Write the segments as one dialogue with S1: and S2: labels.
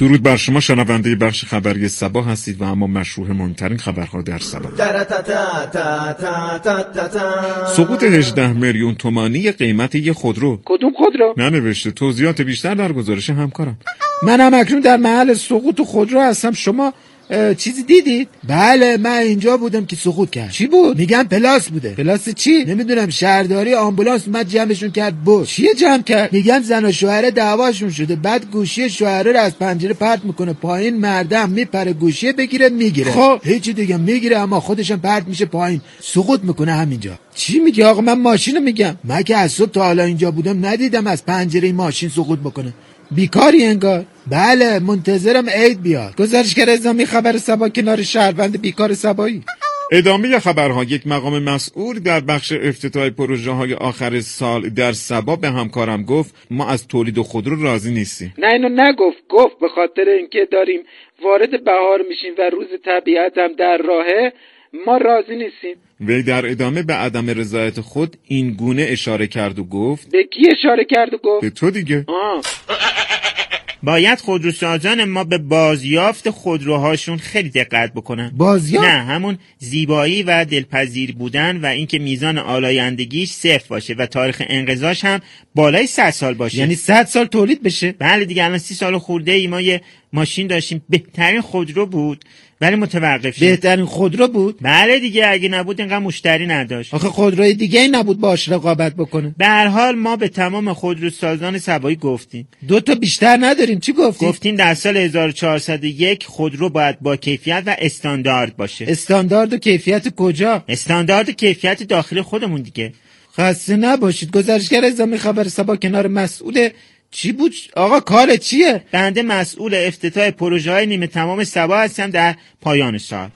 S1: درود بر شما شنونده بخش خبری سبا هستید و اما مشروع مهمترین خبرها در سبا سقوط 18 میلیون تومانی قیمت یه خودرو
S2: کدوم خودرو
S1: ننوشته توضیحات بیشتر در گزارش همکارم
S3: منم اکنون در محل سقوط خودرو هستم شما اه، چیزی دیدید؟ بله من اینجا بودم که سقوط کرد چی بود؟ میگم پلاس بوده پلاس چی؟ نمیدونم شهرداری آمبولانس اومد جمعشون کرد بود چیه جمع کرد؟ میگن زن و شوهره دعواشون شده بعد گوشی شوهره رو از پنجره پرت میکنه پایین مردم میپره گوشیه بگیره میگیره
S1: خب.
S3: هیچی دیگه میگیره اما خودشم پرت میشه پایین سقوط میکنه همینجا چی میگی آقا من ماشینو میگم من که از صبح تا حالا اینجا بودم ندیدم از پنجره این ماشین سقوط بکنه بیکاری انگار بله منتظرم عید بیاد گزارشگر ازامی خبر سبا کنار شهروند بیکار سبایی
S1: ادامه خبرها یک مقام مسئول در بخش افتتاح پروژه های آخر سال در سبا به همکارم گفت ما از تولید خودرو راضی نیستیم
S2: نه اینو نگفت گفت به خاطر اینکه داریم وارد بهار میشیم و روز طبیعت هم در راهه ما راضی نیستیم
S1: وی در ادامه به عدم رضایت خود این گونه اشاره کرد و گفت
S2: به کی اشاره کرد و گفت
S1: به تو دیگه
S2: آه
S4: باید خودروسازان ما به بازیافت خودروهاشون خیلی دقت بکنن
S3: بازیافت؟
S4: نه همون زیبایی و دلپذیر بودن و اینکه میزان آلایندگیش صفر باشه و تاریخ انقضاش هم بالای 100 سال باشه
S3: یعنی 100 سال تولید بشه
S4: بله دیگه الان سی سال خورده ای ما یه ماشین داشتیم بهترین خودرو بود ولی متوقف شد
S3: بهترین خودرو بود
S4: بله دیگه اگه نبود اینقدر مشتری نداشت
S3: آخه خودروی دیگه ای نبود باش رقابت بکنه
S4: به هر حال ما به تمام خودروسازان سبایی گفتیم
S3: دو تا بیشتر نداریم چی گفتی
S4: گفتیم در سال 1401 خودرو باید با کیفیت و استاندارد باشه
S3: استاندارد و کیفیت کجا
S4: استاندارد و کیفیت داخل خودمون دیگه
S3: خسته نباشید گزارشگر ازامی خبر سبا کنار مسئول چی بود آقا کار چیه
S4: بنده مسئول افتتاح پروژه های نیمه تمام سبا هستم در پایان سال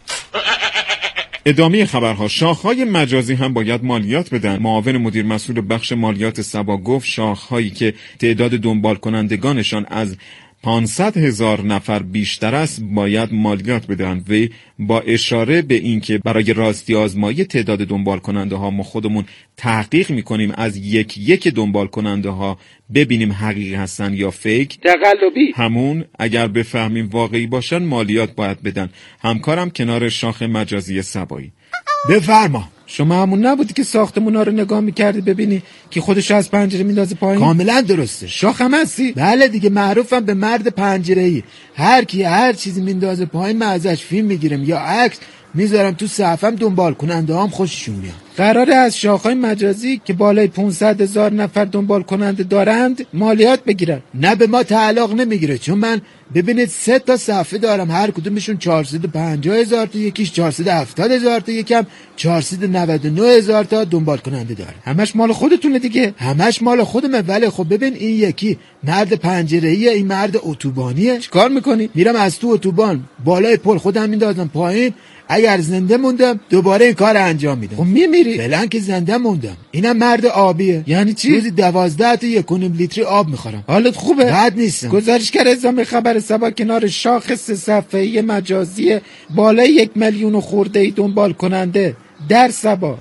S1: ادامه خبرها شاخهای مجازی هم باید مالیات بدن معاون مدیر مسئول بخش مالیات سبا گفت شاخهایی که تعداد دنبال کنندگانشان از 500 هزار نفر بیشتر است باید مالیات بدن وی با اشاره به اینکه برای راستی آزمایی تعداد دنبال کننده ها ما خودمون تحقیق میکنیم از یک یک دنبال کننده ها ببینیم حقیقی هستن یا فیک
S2: تقلبی
S1: همون اگر بفهمیم واقعی باشن مالیات باید بدن همکارم کنار شاخ مجازی سبایی
S3: بفرما شما همون نبودی که ساختمونا رو نگاه میکردی ببینی که خودشو از پنجره میندازه پایین کاملا درسته شاخم هستی بله دیگه معروفم به مرد پنجره ای هر کی هر چیزی میندازه پایین من ازش فیلم میگیرم یا عکس میذارم تو صفم دنبال کننده هم خوششون میاد قراره از شاخهای مجازی که بالای 500 هزار نفر دنبال کننده دارند مالیات بگیرن نه به ما تعلق نمیگیره چون من ببینید سه تا صفحه دارم هر کدومشون 450 هزار تا یکیش 470 هزار تا یکم 499 هزار تا دنبال کننده داره همش مال خودتونه دیگه همش مال خودمه ولی خب ببین این یکی مرد پنجره ایه این مرد اتوبانیه چیکار میکنی میرم از تو اتوبان بالای پل خودم میندازم پایین اگر زنده موندم دوباره این کار رو انجام میدم خب میمیری فعلا که زنده موندم اینم مرد آبیه یعنی چی روزی دوازده تا یک و نیم لیتری آب میخورم حالت خوبه بد نیستم گزارشگر ازام خبر سبا کنار شاخ سه صفحه‌ای مجازی بالای یک میلیون خورده ای دنبال کننده در سبا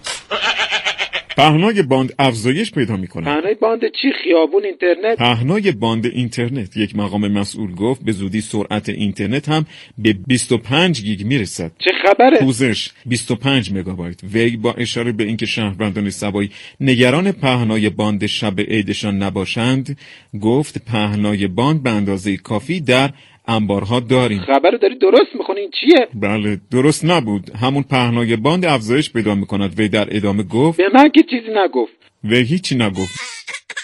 S1: پهنای باند افزایش پیدا میکنه
S2: پهنای باند چی خیابون اینترنت
S1: پهنای باند اینترنت یک مقام مسئول گفت به زودی سرعت اینترنت هم به 25 گیگ میرسد
S2: چه خبره
S1: پوزش 25 مگابایت وی با اشاره به اینکه شهروندان سبایی نگران پهنای باند شب عیدشان نباشند گفت پهنای باند به اندازه کافی در انبارها داریم
S2: خبر رو داری درست میخونی این چیه
S1: بله درست نبود همون پهنای باند افزایش پیدا میکند وی در ادامه گفت
S2: به من که چیزی نگفت
S1: وی هیچی نگفت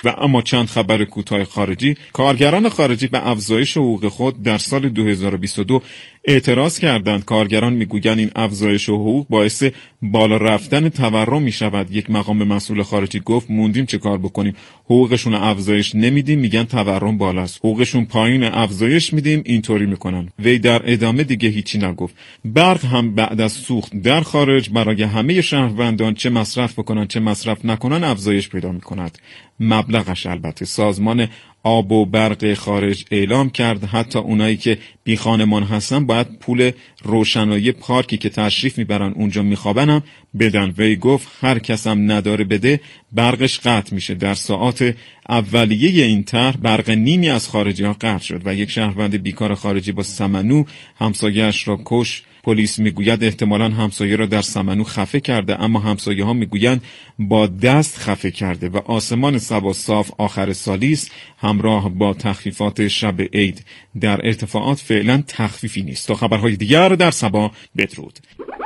S1: و اما چند خبر کوتاه خارجی کارگران خارجی به افزایش حقوق خود در سال 2022 اعتراض کردند کارگران میگویند این افزایش حقوق باعث بالا رفتن تورم می شود یک مقام مسئول خارجی گفت موندیم چه کار بکنیم حقوقشون رو افزایش نمیدیم میگن تورم بالاست حقوقشون پایین افزایش میدیم اینطوری میکنن وی در ادامه دیگه هیچی نگفت برق هم بعد از سوخت در خارج برای همه شهروندان چه مصرف بکنن چه مصرف نکنن افزایش پیدا میکند مبلغش البته سازمان آب و برق خارج اعلام کرد حتی اونایی که بی خانمان هستن باید پول روشنایی پارکی که تشریف میبرن اونجا میخوابنم بدن وی گفت هر کسم نداره بده برقش قطع میشه در ساعات اولیه این طرح برق نیمی از خارجی ها قطع شد و یک شهروند بیکار خارجی با سمنو همسایهاش را کش پلیس میگوید احتمالا همسایه را در سمنو خفه کرده اما همسایه ها میگویند با دست خفه کرده و آسمان سبا صاف آخر سالی است همراه با تخفیفات شب عید در ارتفاعات فعلا تخفیفی نیست تا خبرهای دیگر در سبا بدرود